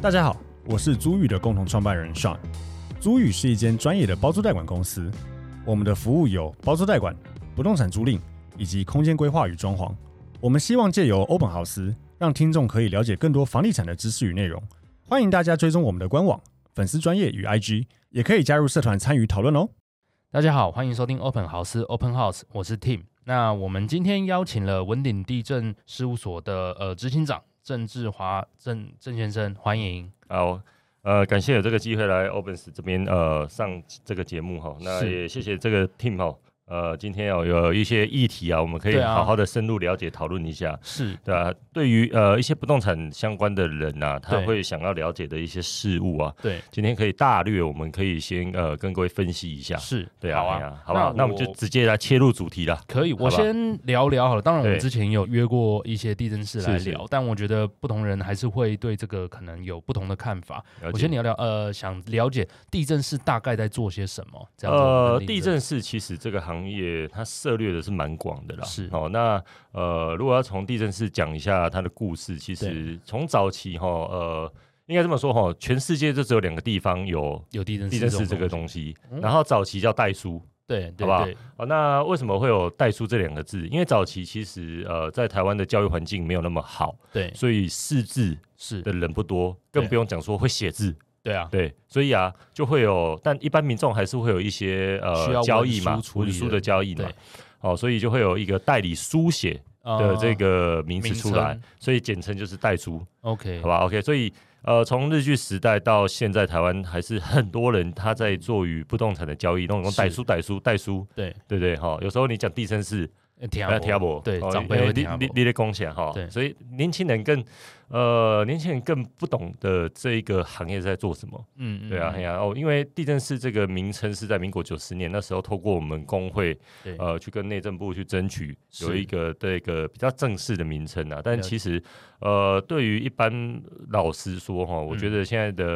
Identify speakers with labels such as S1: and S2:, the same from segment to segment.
S1: 大家好，我是租宇的共同创办人 Sean。租宇是一间专业的包租代管公司，我们的服务有包租代管、不动产租赁以及空间规划与装潢。我们希望借由欧本豪斯，让听众可以了解更多房地产的知识与内容。欢迎大家追踪我们的官网、粉丝专业与 IG，也可以加入社团参与讨论哦。
S2: 大家好，欢迎收听 Open 豪斯 Open House，我是 Tim。那我们今天邀请了文鼎地震事务所的呃执行长郑志华郑郑先生，欢迎。
S3: 好，呃，感谢有这个机会来 Opens 这边呃上这个节目哈，那
S2: 是
S3: 也谢谢这个 team 哈，呃，今天哦有一些议题啊，我们可以
S2: 对啊
S3: 好好的深入了解讨论一下。
S2: 是
S3: 对啊，对于呃一些不动产相关的人呐、啊，他
S2: 对
S3: 会想要了解的一些事物啊，
S2: 对，
S3: 今天可以大略，我们可以先呃跟各位分析一下。
S2: 是，
S3: 对啊，
S2: 好
S3: 哎
S2: 啊
S3: 呀，好不好？那我们就直接来切入主题啦。
S2: 可以，
S3: 好
S2: 我
S3: 吧
S2: 先聊聊好了。当然，我们
S3: 对
S2: 之前有约过一些地震室来
S3: 是是
S2: 聊，但我觉得不同人还是会对这个可能有不同的看法。
S3: 了
S2: 我
S3: 解
S2: 先聊聊，呃，想了解地震室大概在做些什么？这样子我们
S3: 呃
S2: 的，例
S3: 地
S2: 子
S3: 震是其实这个行业它涉猎的是蛮广的啦。
S2: 是
S3: 哦，那呃，如果要从地震室讲一下它的故事，其实从早期哈，呃，应该这么说哈，全世界就只有两个地方有
S2: 有地震
S3: 地
S2: 室
S3: 震室这个
S2: 西，
S3: 东西，
S2: 嗯
S3: 然后早期叫代书。
S2: 对对
S3: 好不好
S2: 对，
S3: 哦，那为什么会有代书这两个字？因为早期其实呃，在台湾的教育环境没有那么好，
S2: 对
S3: 所以识字
S2: 是
S3: 的，人不多，
S2: 对
S3: 更不用讲说会写字。
S2: 对啊，
S3: 对，所以啊，就会有，但一般民众还是会有一些
S2: 需要
S3: 呃
S2: 文
S3: 交易
S2: 书
S3: 嘛，
S2: 处
S3: 文
S2: 理
S3: 书
S2: 的
S3: 的交易嘛
S2: 对，
S3: 哦，所以就会有一个代理书写的
S2: 呃
S3: 这个名词
S2: 啊名
S3: 出来
S2: 称，
S3: 所以简称就是代书，
S2: OK，
S3: 好吧？OK，所以呃，从日据时代到现在，台湾还是很多人他在做与不动产的交易，那种
S2: 是
S3: 代书、代书、代书，
S2: 对，
S3: 对不对？哈，有时候你讲地震是
S2: 呃听
S3: 不要听
S2: 不
S3: 我，
S2: 对
S3: 哦
S2: 长辈
S3: 因
S2: 会
S3: 为你
S2: 听不
S3: 你你的贡献哈
S2: 对，
S3: 所以年轻人更呃，年轻人更不懂得这一个行业在做什么。
S2: 嗯，嗯
S3: 对啊，哎
S2: 嗯
S3: 呀、哦，因为地震室这个名称是在民国九十年那时候，透过我们工会
S2: 对
S3: 呃去跟内政部去争取
S2: 是
S3: 有一个这个比较正式的名称啊。但
S2: 了解
S3: 其实呃，对于一般老师说哈，我
S2: 嗯
S3: 觉得现在的、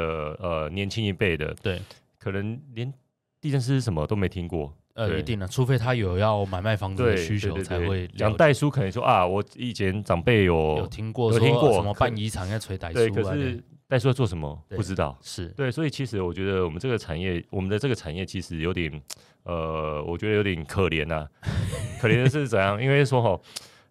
S3: 呃年轻一辈的，
S2: 对，
S3: 可能连地震室是什么都没听过。
S2: 呃，
S3: 对
S2: 一定的，除非他有要买卖房子
S3: 对，
S2: 的嗯需求
S3: 对对
S2: 才
S3: 对
S2: 会
S3: 讲
S2: 了
S3: 代书，可能说啊，我以前长辈
S2: 有
S3: 有
S2: 听过
S3: 有
S2: 说
S3: 听过
S2: 什么
S3: 可
S2: 办遗产要捶歹
S3: 对，
S2: 书
S3: 可
S2: 啊，
S3: 是代书在做什么
S2: 对
S3: 不知道。
S2: 是
S3: 对，所以其实我觉得我们这个产业，我们的这个产业其实有点，呃，我觉得有点可怜呐、可怜的是怎样？因为说哈，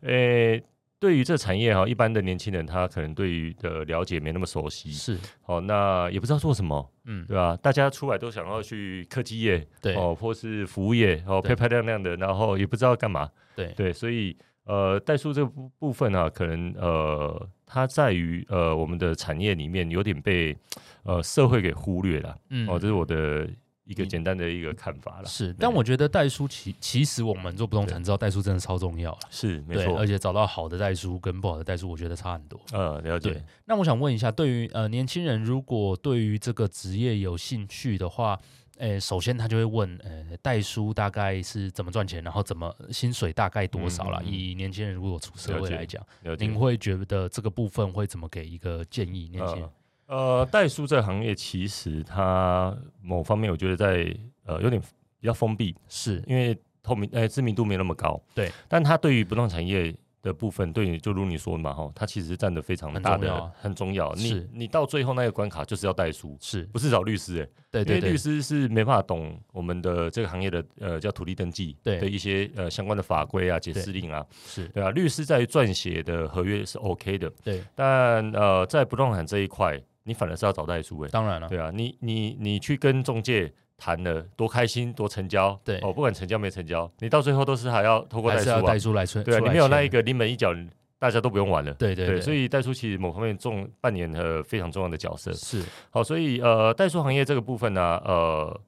S3: 呃，对于这产业哈，一般的年轻人他可能对于的了解没那么熟悉，
S2: 是，
S3: 哦，那也不知道做什么，
S2: 嗯，
S3: 对吧、大家出来都想要去科技业，
S2: 对
S3: 哦，或是服务业，哦，
S2: 对
S3: 漂漂亮亮的，然后也不知道干嘛，
S2: 对
S3: 对，所以呃，代数这个部部分啊，可能呃，它在于呃我们的产业里面有点被呃社会给忽略了，
S2: 嗯
S3: 哦，这是我的一个
S2: 嗯
S3: 简单的一个看法了，
S2: 是，但我觉得代书其其实我们做不动产知道代书真的超重要了，
S3: 是没
S2: 对，
S3: 错
S2: 而，且找到好的代书跟不好的代书，我觉得差很多。
S3: 呃，了
S2: 对
S3: 解，
S2: 那我想问一下，对于呃年轻人，如果对于这个职业有兴趣的话，诶，首先他就会问，呃，代书大概是怎么赚钱，然后怎么呃薪水大概多少啦？
S3: 嗯嗯嗯
S2: 以年轻人如果出社
S3: 了
S2: 会
S3: 解
S2: 来讲，
S3: 了解
S2: 您。会觉得这个部分会怎么给一个建议？年轻人、
S3: 呃，代书这个行业其实它某方面我觉得在呃有点比较封闭，
S2: 是
S3: 因为透明呃知名度没那么高，
S2: 对，
S3: 但它对于不动产业的部分，对你就如你说的嘛哈，它其实占的非常
S2: 很
S3: 大
S2: 重
S3: 的
S2: 要啊
S3: 很重要。
S2: 是
S3: 你你到最后那个关卡就是要代书，
S2: 是，
S3: 不是找律师哎、
S2: 对对
S3: 因为
S2: 对
S3: 律，师是没办法懂我们的这个行业的呃叫土地登记
S2: 对
S3: 的一些呃相关的法规啊、解释令啊，
S2: 是，
S3: 对啊，律师在于撰写的合约是 OK 的，
S2: 对，
S3: 但呃在不动产这一块，你反而是要找代书哎、
S2: 当然了，
S3: 对啊，你你你去跟中介谈了，多开心，多成交，
S2: 对
S3: 哦，不管成交没成交，你到最后都是还要透过
S2: 还
S3: 代
S2: 是
S3: 书
S2: 要
S3: 啊
S2: 代，书来催，
S3: 对啊，
S2: 出
S3: 你
S2: 来
S3: 没有那
S2: 签
S3: 一，个临门一脚，大家都不用玩了。
S2: 对对对，
S3: 所以代书其实某方面重扮演了非常重要的角色。
S2: 是
S3: 好，所以呃，代书行业这个部分呢、呃，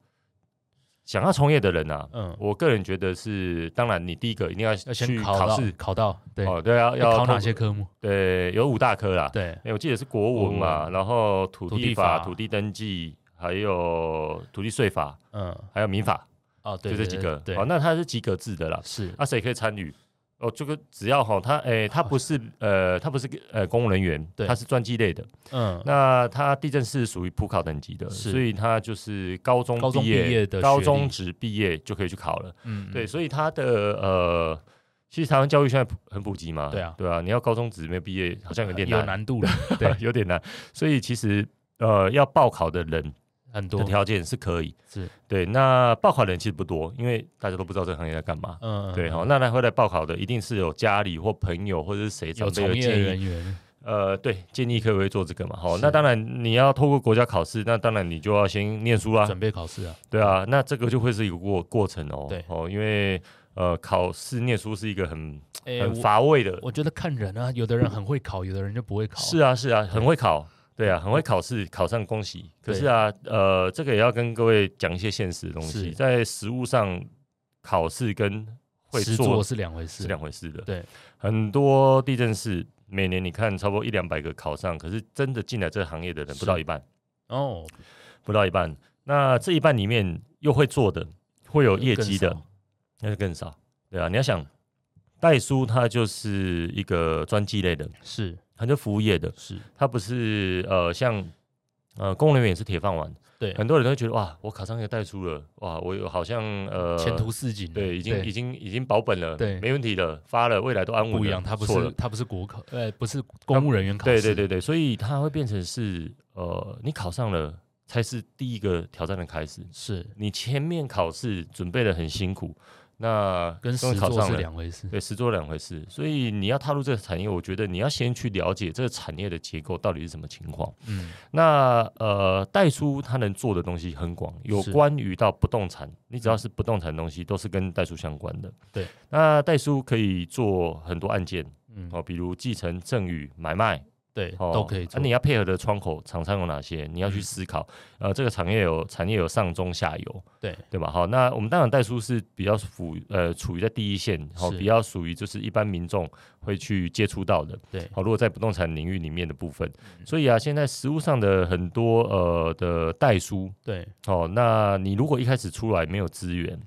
S3: 想要从业的人呢、
S2: 嗯，
S3: 我个人觉得是，当然你第一个一定要
S2: 要先
S3: 去
S2: 考到
S3: 试，
S2: 考到对，
S3: 哦，对啊，要
S2: 要考
S3: 透
S2: 哪
S3: 过
S2: 些？科目？
S3: 对，有五大科啦，
S2: 对，
S3: 哎，我记得是国文
S2: 国
S3: 嘛，然后土
S2: 土地
S3: 地法、
S2: 法
S3: 土地登记，还有土地税法，
S2: 嗯，
S3: 还有民法，
S2: 哦，对，
S3: 就这
S2: 对
S3: 几
S2: 对
S3: 个。
S2: 对
S3: 哦，，那它是及格制的啦。
S2: 是
S3: 那谁可以参与？哦，这个只要哈，他诶，他不是呃，他不是呃公务人员，
S2: 对
S3: 他是传记类的。
S2: 嗯，
S3: 那他地震是属于普考等级的，
S2: 是
S3: 所以他就是高中
S2: 高中
S3: 毕
S2: 毕业的
S3: 高
S2: 学历
S3: 中职毕业就可以去考了。
S2: 嗯，
S3: 对，
S2: 嗯，
S3: 所以他的呃，其实台湾教育现在普很普及嘛。
S2: 对啊
S3: 对啊，你要高中职没有毕业，好像有点
S2: 有难度了，
S3: 有点难。所以其实呃要报考的人
S2: 很
S3: 的
S2: 多，
S3: 条件是可以，
S2: 是嗯
S3: 对。那报考的人其实不多，因为大家都不知道这个行业在干嘛。
S2: 嗯，
S3: 对，
S2: 嗯
S3: 好，
S2: 嗯
S3: 那来回来报考的一定是有家里或朋友或者是谁长
S2: 有
S3: 辈有
S2: 从业
S3: 建议，
S2: 人员，
S3: 呃，对，建议可不可以做这个嘛？好，
S2: 是
S3: 那当然你要透过国家考试，那当然你就要先念书啦，
S2: 准备考试啊，
S3: 对啊，那这个就会是一个过过程哦，
S2: 对
S3: 哦，因为呃，考试念书是一个很
S2: 哎，
S3: 很
S2: 我
S3: 乏味的，
S2: 我觉得看人啊，有的人很会考，有的人就不会考，嗯
S3: 是啊，是啊，很会考，对啊，很会考试，考上恭喜。可是啊，呃，这个也要跟各位讲一些现实的东西，
S2: 是
S3: 在实物上，考试跟会
S2: 实
S3: 做
S2: 做是两回事，
S3: 是两回事的。
S2: 对，
S3: 很多地震师每年你看差不多一两百个考上，可是真的进来这个行业的人
S2: 是
S3: 不到一半，
S2: 哦，
S3: 不到一半。那这一半里面又会做的，会有业绩的
S2: 更，少
S3: 那就更少。对啊，你要想，代书它就是一个专技类的，
S2: 是
S3: 它就服务业的，
S2: 是，
S3: 它不是呃像呃公务人员也是铁饭碗，
S2: 对，
S3: 很多人都会觉得哇，我考上一个代书了，哇，我有好像呃
S2: 前途似锦，啊
S3: 对，已经已经已经保本了，
S2: 对
S3: 没问题了，发了，未来都安稳了，
S2: 不一样，他不
S3: 错
S2: 是
S3: 了，
S2: 他不是国考，呃，不是公务人员考
S3: 对
S2: 试，
S3: 对对对，所以它会变成是呃，你考上了才是第一个挑战的开始，
S2: 是
S3: 你前面考试准备的很辛苦，那
S2: 跟
S3: 终于
S2: 实
S3: 考
S2: 做
S3: 上
S2: 是
S3: 了。
S2: 两回事，
S3: 对，实做两回事，所以你要踏入这个产业，我觉得你要先去了解这个产业的结构到底是什么情况。
S2: 嗯，
S3: 那呃，代书它能做的东西很广，有
S2: 是嗯
S3: 关于到不动产，你只要是不动产的东西，都是跟代书相关的。
S2: 对，
S3: 那代书可以做很多案件
S2: 嗯，
S3: 哦，比如继承、赠与、买卖
S2: 对，
S3: 哦，
S2: 都可以做嗯
S3: 那、你要配合的窗口厂商有哪些？你要去思考。呃，这个产业有产业有上中下游，
S2: 对
S3: 对吧？好，那我们当然代书是比较属于呃处于在第一线，好、
S2: 是
S3: 比较属于就是一般民众会去接触到的。
S2: 对，
S3: 好，如果在不动产领域里面的部分，
S2: 嗯
S3: 所以啊，现在实物上的很多呃的代书，
S2: 对，
S3: 哦，那你如果一开始出来没有资源，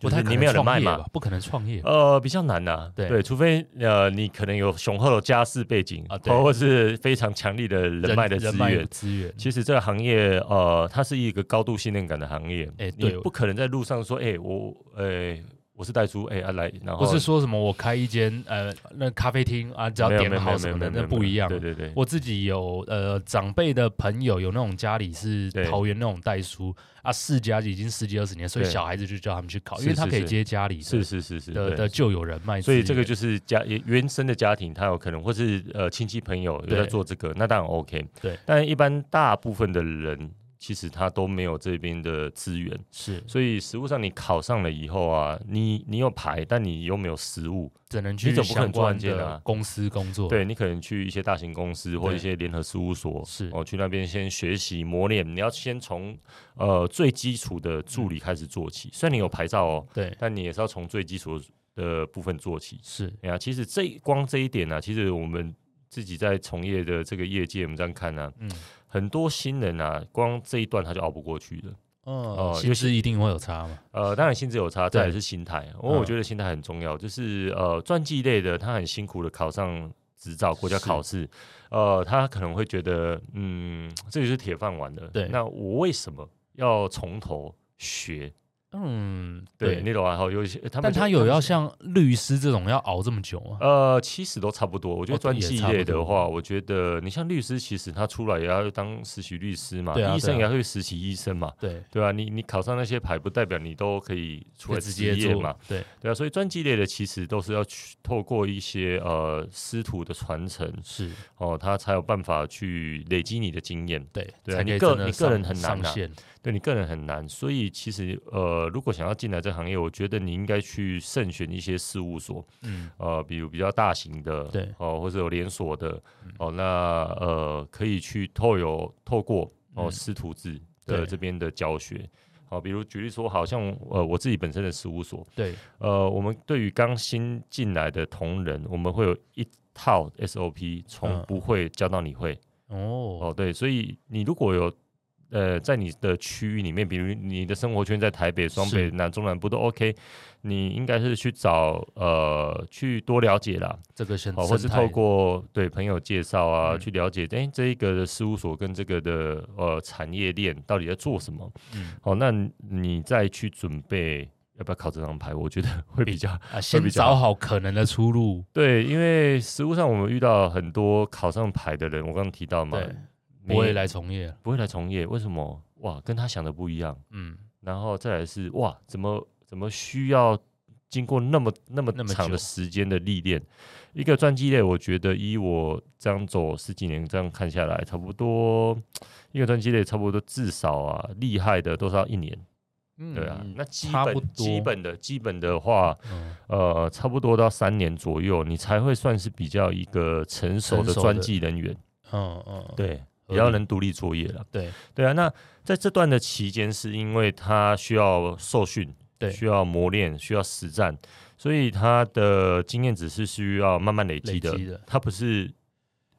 S2: 不
S3: 就是
S2: 太
S3: 你没有人脉
S2: 嘛
S3: 嘛，，
S2: 不可能创业吧，
S3: 呃，比较难呐、啊，
S2: 对
S3: 除非呃你可能有雄厚的家世背景哦
S2: 啊对
S3: 或或是非常强力的人脉的资
S2: 人脉
S3: 源。
S2: 资源，
S3: 其实这个行业，呃，它是一个高度信任感的行业。
S2: 哎
S3: 你
S2: 对
S3: 不可能在路上说，哎、我，哎、我是代书，哎、啊来，然后
S2: 不是说什么我开一间呃那咖啡厅啊，只要
S3: 没有
S2: 点
S3: 没有没
S2: 好
S3: 有
S2: 什
S3: 没有
S2: 么
S3: 没
S2: 的，
S3: 有没
S2: 那
S3: 有
S2: 不一样
S3: 对。对对，
S2: 我自己有呃长辈的朋友有那种家里是
S3: 对
S2: 桃园那种代书啊，世家已经十几二十年，所以
S3: 对
S2: 小孩子就叫他们去考，
S3: 是
S2: 因为他
S3: 是
S2: 可以
S3: 是
S2: 接家里的
S3: 是是是是
S2: 的
S3: 对
S2: 的旧有人脉资
S3: 所
S2: 源，
S3: 以这个就是家也原生的家庭，他有可能或是呃亲戚朋友有在
S2: 对
S3: 做这个，那当然 OK。
S2: 对，
S3: 但一般大部分的人其实他都没有这边的资源，
S2: 是
S3: 所以实物上你考上了以后啊，你你有牌，但你又没有实物，
S2: 只能
S3: 你
S2: 去
S3: 总不可能
S2: 相
S3: 做案
S2: 关
S3: 件
S2: 的
S3: 啊
S2: 公司工作。
S3: 对你可能去一些大型公司或
S2: 对
S3: 一些联合事务所，
S2: 是
S3: 哦，去那边先学习磨练，你要先从呃最基础的助理开始做起，虽然你有牌照哦，
S2: 对
S3: 但你也是要从最基础的部分做起。
S2: 是
S3: 哎呀，其实这光这一点呢、啊，其实我们自己在从业的这个业界，我们这样看呢、啊，
S2: 嗯
S3: 很多新人啊，光这一段他就熬不过去了。
S2: 哦
S3: 哦，
S2: 薪资一定会有差嘛？
S3: 呃，当然薪资有差，再来
S2: 对嗯
S3: 是心态。因为我觉得心态很重要，就是呃，传记类的他很辛苦的考上执照，国家
S2: 是
S3: 考试，呃，他可能会觉得，嗯，这就是铁饭碗的。
S2: 对
S3: 那我为什么要从头学？
S2: 嗯，
S3: 对，你懂啊？好，有一些他们
S2: 但
S3: 就，
S2: 他有
S3: 们
S2: 要像律师这种要熬这么久啊吗？
S3: 呃，其实都差不多。我觉
S2: 哦
S3: 得专
S2: 也
S3: 技
S2: 差不
S3: 类的
S2: 多
S3: 话，我觉得你像律师，其实他出来也要当实习律师嘛，
S2: 对啊
S3: 医生
S2: 对啊
S3: 也要去实习医生嘛，
S2: 对，
S3: 对啊，你你考上那些牌，不代表你都可以出
S2: 可
S3: 来
S2: 以直接
S3: 职业嘛
S2: 做，对
S3: 对啊。所以专技类的其实都是要去透过一些呃师徒的传承
S2: 是，
S3: 哦，他才有办法去累积你的经验。
S2: 对
S3: 对啊
S2: 才
S3: 你
S2: 可以
S3: 个
S2: 真的
S3: 你个
S2: 上
S3: 人很难
S2: 上
S3: 啊
S2: 线，
S3: 对你个人很难，所以其实呃，如果想要进来这行业，我觉得你应该去慎选一些事务所，
S2: 嗯，
S3: 呃，比如比较大型的，
S2: 对
S3: 哦、或者有连锁的，哦、那呃，可以去透有透过哦、
S2: 嗯
S3: 师徒制的
S2: 对
S3: 这边的教学，好、比如举例说，好像呃我自己本身的事务所，
S2: 对，
S3: 呃，我们对于刚新进来的同仁，我们会有一套 SOP，从
S2: 嗯
S3: 不会教到你会，
S2: 哦，
S3: 哦，对，所以你如果有呃，在你的区域里面，比如你的生活圈在台北、双北、
S2: 是
S3: 南中南部都 OK，你应该是去找呃去多了解啦，
S2: 这个现
S3: 哦，或是
S2: 生态
S3: 透过对朋友介绍啊，
S2: 嗯
S3: 去了解，哎，这一个的事务所跟这个的呃产业链到底在做什么？
S2: 嗯
S3: 哦，那你再去准备要不要考这张牌，我觉得 会比较
S2: 啊，先
S3: 比较
S2: 找好可能的出路，
S3: 对，因为实务上我们遇到很多考上牌的人，我刚刚提到嘛，
S2: 对，不会
S3: 没
S2: 来从业了。
S3: 不会来从业，为什么？哇，跟他想的不一样。
S2: 嗯，
S3: 然后再来是哇，怎么怎么需要经过那么那么
S2: 那么
S3: 长
S2: 久
S3: 的时间的历练？一个传记类，我觉得依我这样走十几年这样看下来，差不多一个传记类差不多至少啊，厉害的都是要一年，
S2: 嗯
S3: 对啊。那基
S2: 差不
S3: 本
S2: 多
S3: 基本的基本的话，
S2: 嗯
S3: 呃，差不多到三年左右，你才会算是比较一个成熟
S2: 成
S3: 的
S2: 熟
S3: 专
S2: 的
S3: 技人员，
S2: 嗯嗯，
S3: 对，
S2: 合
S3: 比较
S2: 理
S3: 能独立作业了。
S2: 对，
S3: 对啊，那在这段的期间，是因为他需要受训，
S2: 对
S3: 需要磨练，需要实战，所以他的经验只是需要慢慢累积的
S2: 累积的，
S3: 他不是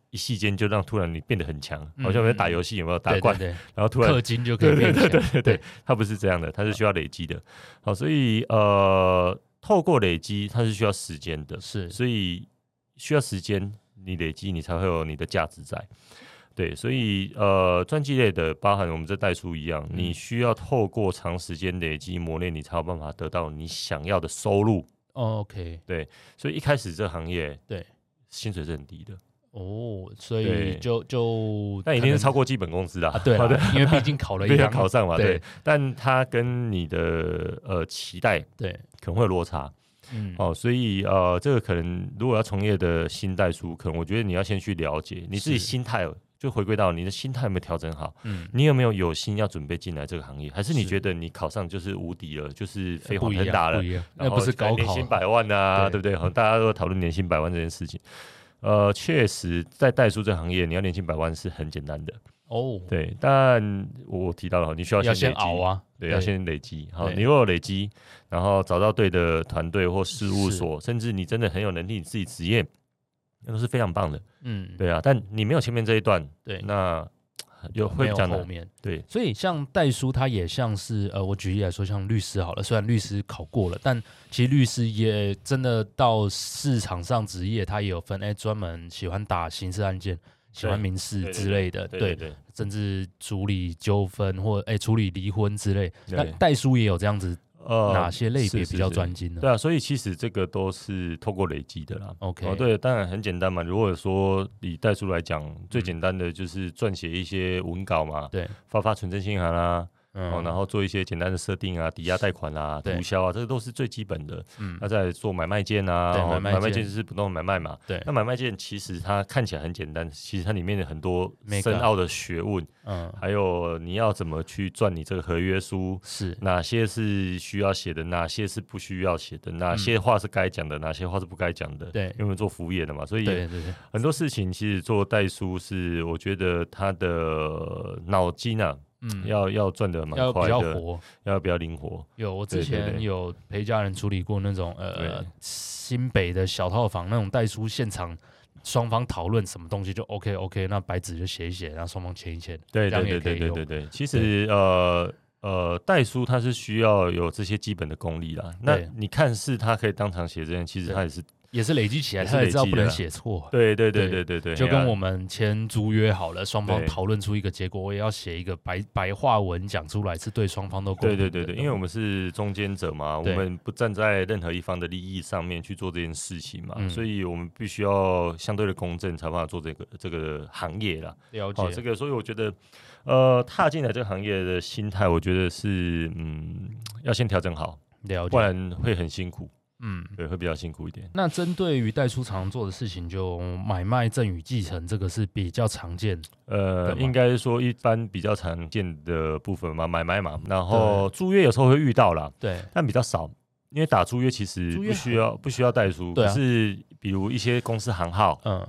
S3: 一夕间就让突然你变得很强，
S2: 嗯
S3: 好像我们在打游戏有没有打
S2: 对
S3: 怪，
S2: 对对
S3: 然后突然
S2: 氪金就可
S3: 对
S2: 以
S3: 对
S2: 变
S3: 对对
S2: 强。
S3: 对对，他不是这样的，
S2: 嗯
S3: 他是需要累积的。好，所以呃，透过累积，它是需要时间的，
S2: 是
S3: 所以需要时间，你累积，你才会有你的价值在。对，所以呃，传记类的，包含我们这代书一样，
S2: 嗯
S3: 你需要透过长时间累积磨练，你才有办法得到你想要的收入。
S2: 哦 OK，
S3: 所以一开始这行业，
S2: 对，
S3: 薪水是很低的，
S2: 哦，所以
S3: 对
S2: 就就
S3: 但一
S2: 可
S3: 定
S2: 能
S3: 是超过基本工资啦。
S2: 啊，对
S3: 好的，
S2: 啊，因为毕竟考了一
S3: 必须要
S2: 样，
S3: 考上嘛，
S2: 对
S3: 对。但它跟你的呃期待
S2: 对，
S3: 可能会有落差。
S2: 嗯，
S3: 哦，所以呃，这个可能如果要从业的新代书，可能我觉得你要先去了解你自己
S2: 是
S3: 心态，哦就回归到你的心态有没有调整好，
S2: 嗯，
S3: 你有没有有心要准备进来这个行业，还是你
S2: 是呃
S3: 觉得你考上就是无敌了，就是飞
S2: 不
S3: 黄
S2: 一
S3: 腾
S2: 样，
S3: 达了
S2: 不，一样，
S3: 然
S2: 那
S3: 后
S2: 不是高
S3: 年
S2: 考
S3: 薪，百万啊，
S2: 对
S3: 对不 对？好大家都讨论年薪百万这件事情。呃，确实，在代书这行业，你要年薪百万是很简单的，
S2: 哦，
S3: 对。但我提到了，你需要
S2: 要先
S3: 先累积
S2: 熬啊，
S3: 对，要先累积。好，
S2: 对
S3: 你若有累积，然后找到对的团队或事务
S2: 是
S3: 所，甚至你真的很有能力，你自己职业，那都是非常棒的。
S2: 嗯，
S3: 对啊，但你没有前面这一段，
S2: 对，
S3: 那有
S2: 没
S3: 会
S2: 有
S3: 比较
S2: 后
S3: 难。
S2: 面。
S3: 对，
S2: 所以像代书，他也像是呃，我举例来说，像律师好了，虽然律师考过了，但其实律师也真的到市场上职业，他也有分，哎、专门喜欢打刑事案件。喜欢
S3: 对
S2: 民事
S3: 对对
S2: 之类的，
S3: 对对
S2: 甚至处理纠纷或哎、处理离婚之类。那
S3: 对，
S2: 代书也有这样子，
S3: 呃
S2: 哪些类别
S3: 是是
S2: 比较
S3: 是
S2: 专精呢
S3: 对啊，所以其实这个都是透过累积的啦。
S2: ？OK，
S3: 哦，对，当然很简单嘛。如果说以代书来讲，最
S2: 嗯
S3: 简单的就是撰写一些文稿嘛，
S2: 对，
S3: 发发存证信函啊，哦，
S2: 嗯
S3: 然后做一些简单的设定啊，抵押贷款啊，
S2: 对
S3: 毒销啊，这个都是最基本的。
S2: 嗯
S3: 那再来做买卖件啊，
S2: 对
S3: 哦
S2: 买卖
S3: 买卖
S2: 件
S3: 件就是不动买卖嘛。
S2: 对
S3: 那买卖件其实它看起来很简单，其实它里面的很多
S2: Mega
S3: 深奥的学问，
S2: 嗯，
S3: 还有你要怎么去赚你这个合约书，
S2: 是
S3: 哪些是需要写的，哪些是不需要写的，哪些话是该讲的，哪些话是不该讲的。
S2: 嗯对
S3: 因为我们做服务业的嘛，所以
S2: 对对对，
S3: 很多事情其实做代书是，我觉得他的脑筋啊，
S2: 嗯，
S3: 要要转的蛮
S2: 要
S3: 快
S2: 比较
S3: 的，
S2: 活。
S3: 要比较灵活。
S2: 有，我
S3: 对
S2: 之
S3: 对对
S2: 前有陪家人处理过那种呃
S3: 对
S2: 新北的小套房那种代书现场。双方讨论什么东西就 OK OK，那白纸就写一写，然后双方签一签。
S3: 对
S2: 这样
S3: 对
S2: 也
S3: 对
S2: 可以
S3: 对对
S2: 用
S3: 对对，其实呃呃，代书它是需要有这些基本的功力啦。那
S2: 对
S3: 你看似他可以当场写这样，其实
S2: 对
S3: 他也是
S2: 也是累积起来，
S3: 也是
S2: 他也
S3: 累
S2: 知道
S3: 积
S2: 不能
S3: 的啊
S2: 写错。
S3: 对对对
S2: 对
S3: 对对对，
S2: 就
S3: 嘿
S2: 跟
S3: 啊
S2: 我们签租约好了，双方
S3: 对
S2: 讨论出一个结果，我也要写一个白白话文讲出来，是对双方都公
S3: 对对
S2: 平
S3: 对
S2: 的嗯
S3: 对，因为我们是中间者嘛，我
S2: 对
S3: 们不站在任何一方的利益上面去做这件事情嘛，
S2: 嗯
S3: 所以我们必须要相对的公正，才有办法做这个这个行业啦。
S2: 了
S3: 哦，
S2: 解
S3: 这个，所以我觉得，呃，踏进来这个行业的心态，我觉得是嗯，要先调整好，
S2: 了
S3: 不
S2: 解，
S3: 然会很辛苦，
S2: 嗯。
S3: 对，会比较辛苦一点。
S2: 那针对于代书常做的事情，就买卖、赠与、继承，这个是比较常见的。对
S3: 呃，
S2: 吗
S3: 应该说一般比较常见的部分嘛，买卖嘛，
S2: 嗯
S3: 然后租约有时候会遇到啦，
S2: 对，
S3: 但比较少，因为打租约其实
S2: 租约
S3: 不需要不需要代书，
S2: 对啊
S3: 可是比如一些公司行号
S2: 嗯，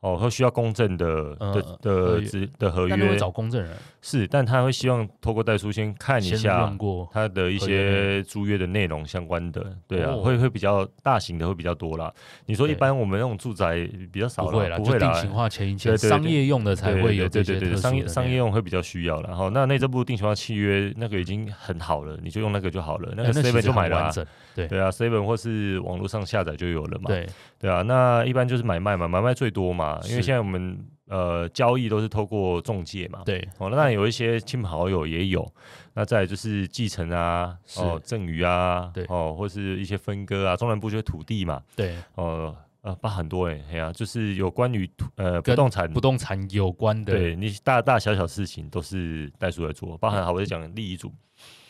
S3: 哦，会需要公证的
S2: 嗯
S3: 的
S2: 合
S3: 的
S2: 约
S3: 资的合
S2: 但都会
S3: 约
S2: 找公证人
S3: 是，但他会希望透过代书先看一
S2: 先
S3: 下
S2: 用过。
S3: 他的一
S2: 合约
S3: 些租约的内容相关的，对啊，
S2: 哦
S3: 会会比较大型的会比较多啦。你说一
S2: 对
S3: 般我们那种住宅比较
S2: 不
S3: 少
S2: 会啦，
S3: 啦，不
S2: 就
S3: 会
S2: 定
S3: 啦，
S2: 型化前一前，
S3: 对对对
S2: 商业用的才
S3: 对
S2: 会
S3: 对
S2: 有这
S3: 对
S2: 些
S3: 对对
S2: 特
S3: 对，
S2: 殊
S3: 商
S2: 的
S3: 业商业
S2: 内容。
S3: 用会比较需要啦，然后那内政部定型化契约那个已经很好了，你就用那个就好了，那
S2: 哎
S3: 个
S2: 那其
S3: seven
S2: 实
S3: 就
S2: 很
S3: 买了
S2: 完
S3: 啊、
S2: 整。
S3: 对啊，seven 或是网络上下载就有了嘛，
S2: 对，
S3: 对啊，那一般就是买卖嘛，买卖最多嘛，因为
S2: 是
S3: 现在我们呃交易都是透过中介嘛，
S2: 对，
S3: 哦，那当然有一些亲朋好友也有，那再来就是继承啊，
S2: 是
S3: 哦赠与啊
S2: 对，
S3: 哦或是一些分割啊，中南部就是土地嘛，
S2: 对，
S3: 哦。呃，把很多哎、欸，哎呀、就是有关于土呃不
S2: 跟
S3: 动产
S2: 不动产有关的，
S3: 对你大大小小事情都是代书来做，
S2: 嗯
S3: 包含好，我在讲利益组，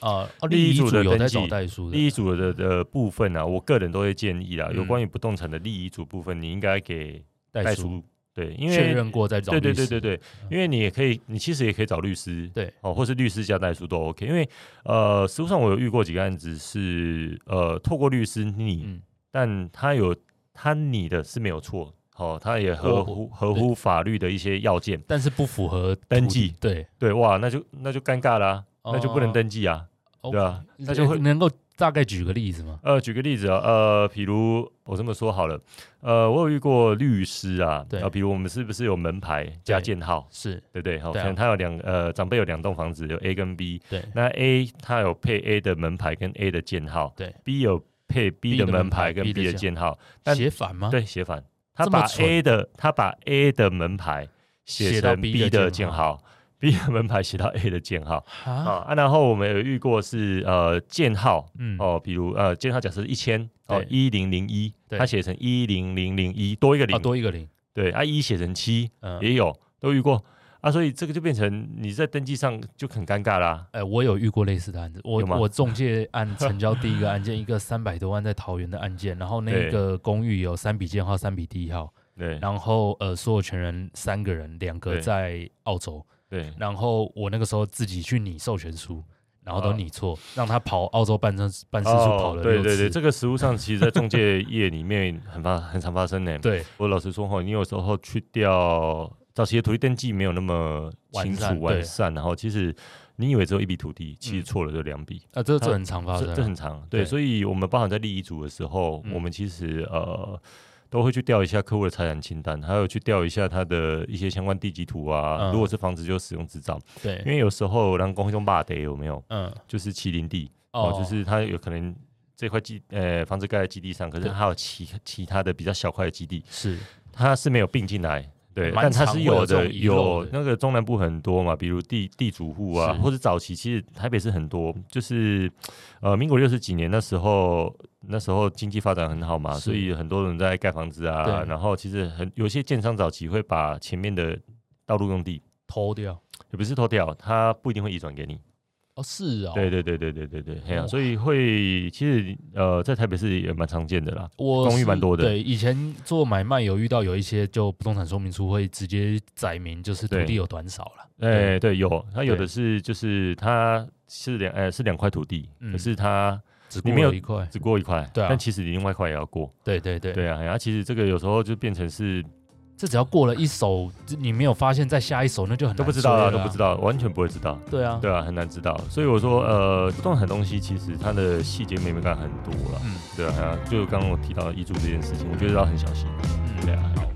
S2: 啊，哦
S3: 第一
S2: 遗
S3: 组的
S2: 有在
S3: 登
S2: 找
S3: 记
S2: 代书的，
S3: 利益组的的的部分啊，我个人都会建议啦，有
S2: 嗯
S3: 关于不动产的利益组部分，你应该给代
S2: 代书
S3: 书，对，因为
S2: 确认过再找
S3: 对对
S2: 律
S3: 对
S2: 师
S3: 对对，因为你也可以，你其实也可以找律师，
S2: 对，
S3: 哦，或是律师加代书都 OK。因为呃，实务上我有遇过几个案子是呃，透过律师你，
S2: 嗯
S3: 但他有他你的是没有错，哦，他也合
S2: 我
S3: 乎合乎法律的一些要件，
S2: 但是不符合
S3: 登
S2: 土地
S3: 记
S2: 对，
S3: 对，哇，那就那就尴尬啦、那就不能
S2: 哦
S3: 登记啊，对啊，那就会
S2: 哎能够大概举个例子吗？
S3: 呃，举个例子啊，呃，比如我这么说好了，呃，我有遇过律师啊，
S2: 对
S3: 啊，比如我们是不是有门牌加
S2: 对
S3: 建号，
S2: 是
S3: 对不对？好、
S2: 对啊
S3: 可能他有两呃，长辈有两栋房子，有 A 跟 B，
S2: 对
S3: 那 A 它有配 A 的门牌跟 A 的建号，
S2: 对
S3: ，B 有配 B
S2: B
S3: 的
S2: 的
S3: 门
S2: 门牌
S3: 牌跟
S2: B 的
S3: B 的
S2: 建
S3: 建号，但
S2: 写反吗？
S3: 对，写反，他
S2: 这么
S3: 把
S2: 蠢
S3: A 的他把 A 的门牌写
S2: 写到
S3: 成
S2: B
S3: B
S2: 的
S3: 的
S2: 建
S3: 建号，B 的门牌写到 A 的建号
S2: 啊，
S3: 啊，然后我们有遇过是呃建号
S2: 嗯，
S3: 哦，比如呃建号假设一千哦
S2: 对
S3: 一零零一，
S2: 对
S3: 他写成一零零零一多一个
S2: 啊
S3: 零，
S2: 多一个零，
S3: 对，啊一写成七
S2: 嗯，
S3: 也有都遇过啊，所以这个就变成你在登记上就很尴尬啦。
S2: 哎，我有遇过类似的案子，我
S3: 有吗
S2: 我中介案成交第一个案 件，一个三百多万在桃园的案件，然后那
S3: 对
S2: 个公寓有三笔建号、三笔地号，
S3: 对
S2: 然后呃所有权人三个人，两个
S3: 对
S2: 在澳洲，
S3: 对，
S2: 然后我那个时候自己去拟授权书。然后都
S3: 哦
S2: 拟错，让他跑澳洲办事办事处跑了
S3: 对
S2: 六次。
S3: 哦对对，这个实物上其实，在中介业里面很发很常发生呢。
S2: 对
S3: 我老实说哈，你有时候去掉早期的土地登记没有那么清
S2: 完
S3: 楚
S2: 善
S3: 完
S2: 对嗯
S3: 善，然后其实你以为只有一笔土地，其实错了就两笔，
S2: 啊，这
S3: 他
S2: 这很常发生
S3: 这
S2: 啊，
S3: 这很长。对，
S2: 对
S3: 所以我们包含在利益组的时候，
S2: 嗯
S3: 我们其实呃。都会去调一下客户的财产清单，还有去调一下他的一些相关地籍图啊。
S2: 嗯
S3: 如果是房子，就使用执照，因
S2: 对，
S3: 为有时候让公用霸得有没有，
S2: 嗯，
S3: 就是麒麟地，哦，就是它有可能这块基呃房子盖在基地上，可是
S2: 对
S3: 还有其其他的比较小块的基地，
S2: 是
S3: 它是没有并进来。对，
S2: 蛮
S3: 但它
S2: 常
S3: 是
S2: 会有
S3: 有
S2: 这
S3: 的，
S2: 种遗漏
S3: 有
S2: 的
S3: 那个中南部很多嘛，比如地地主户啊，
S2: 是
S3: 或者早期其实台北是很多，就是呃民国六十几年那时候，那时候经济发展很好嘛，
S2: 是
S3: 所以很多人在盖房子啊，
S2: 对
S3: 然后其实很有些建商早期会把前面的道路用地
S2: 偷掉
S3: 也不是偷掉，他不一定会移转给你，
S2: 哦，是哦，哦
S3: 对对对对对对对，嘿啊
S2: 哇
S3: 所以会其实呃，在台北市也蛮常见的啦。
S2: 我
S3: 公寓
S2: 是
S3: 蛮多的
S2: 对，以前做买卖有遇到有一些就不动产说明书会直接载明，就是土
S3: 对
S2: 地有短少了，
S3: 哎、对，有，它有
S2: 对
S3: 的是就是它是两呃是两块土地，
S2: 嗯
S3: 可是它
S2: 只
S3: 你
S2: 过
S3: 没有
S2: 了一块，
S3: 只过一块，
S2: 对啊
S3: 但其实你另外一块也要过，
S2: 对对对，
S3: 对啊，然后、啊、其实这个有时候就变成是
S2: 这只要过了一手，这你没有发现，在下一手那就很
S3: 都
S2: 难
S3: 不知道啊，
S2: 追
S3: 都
S2: 了
S3: 不知道，完全不会知道，
S2: 对啊，
S3: 对啊，很难知道。所以我说呃，不动产东西其实它的细节美美感很多了，
S2: 嗯
S3: 对啊，就刚刚我提到遗嘱这件事情，我觉得要很小心，
S2: 嗯
S3: 对啊。
S2: 好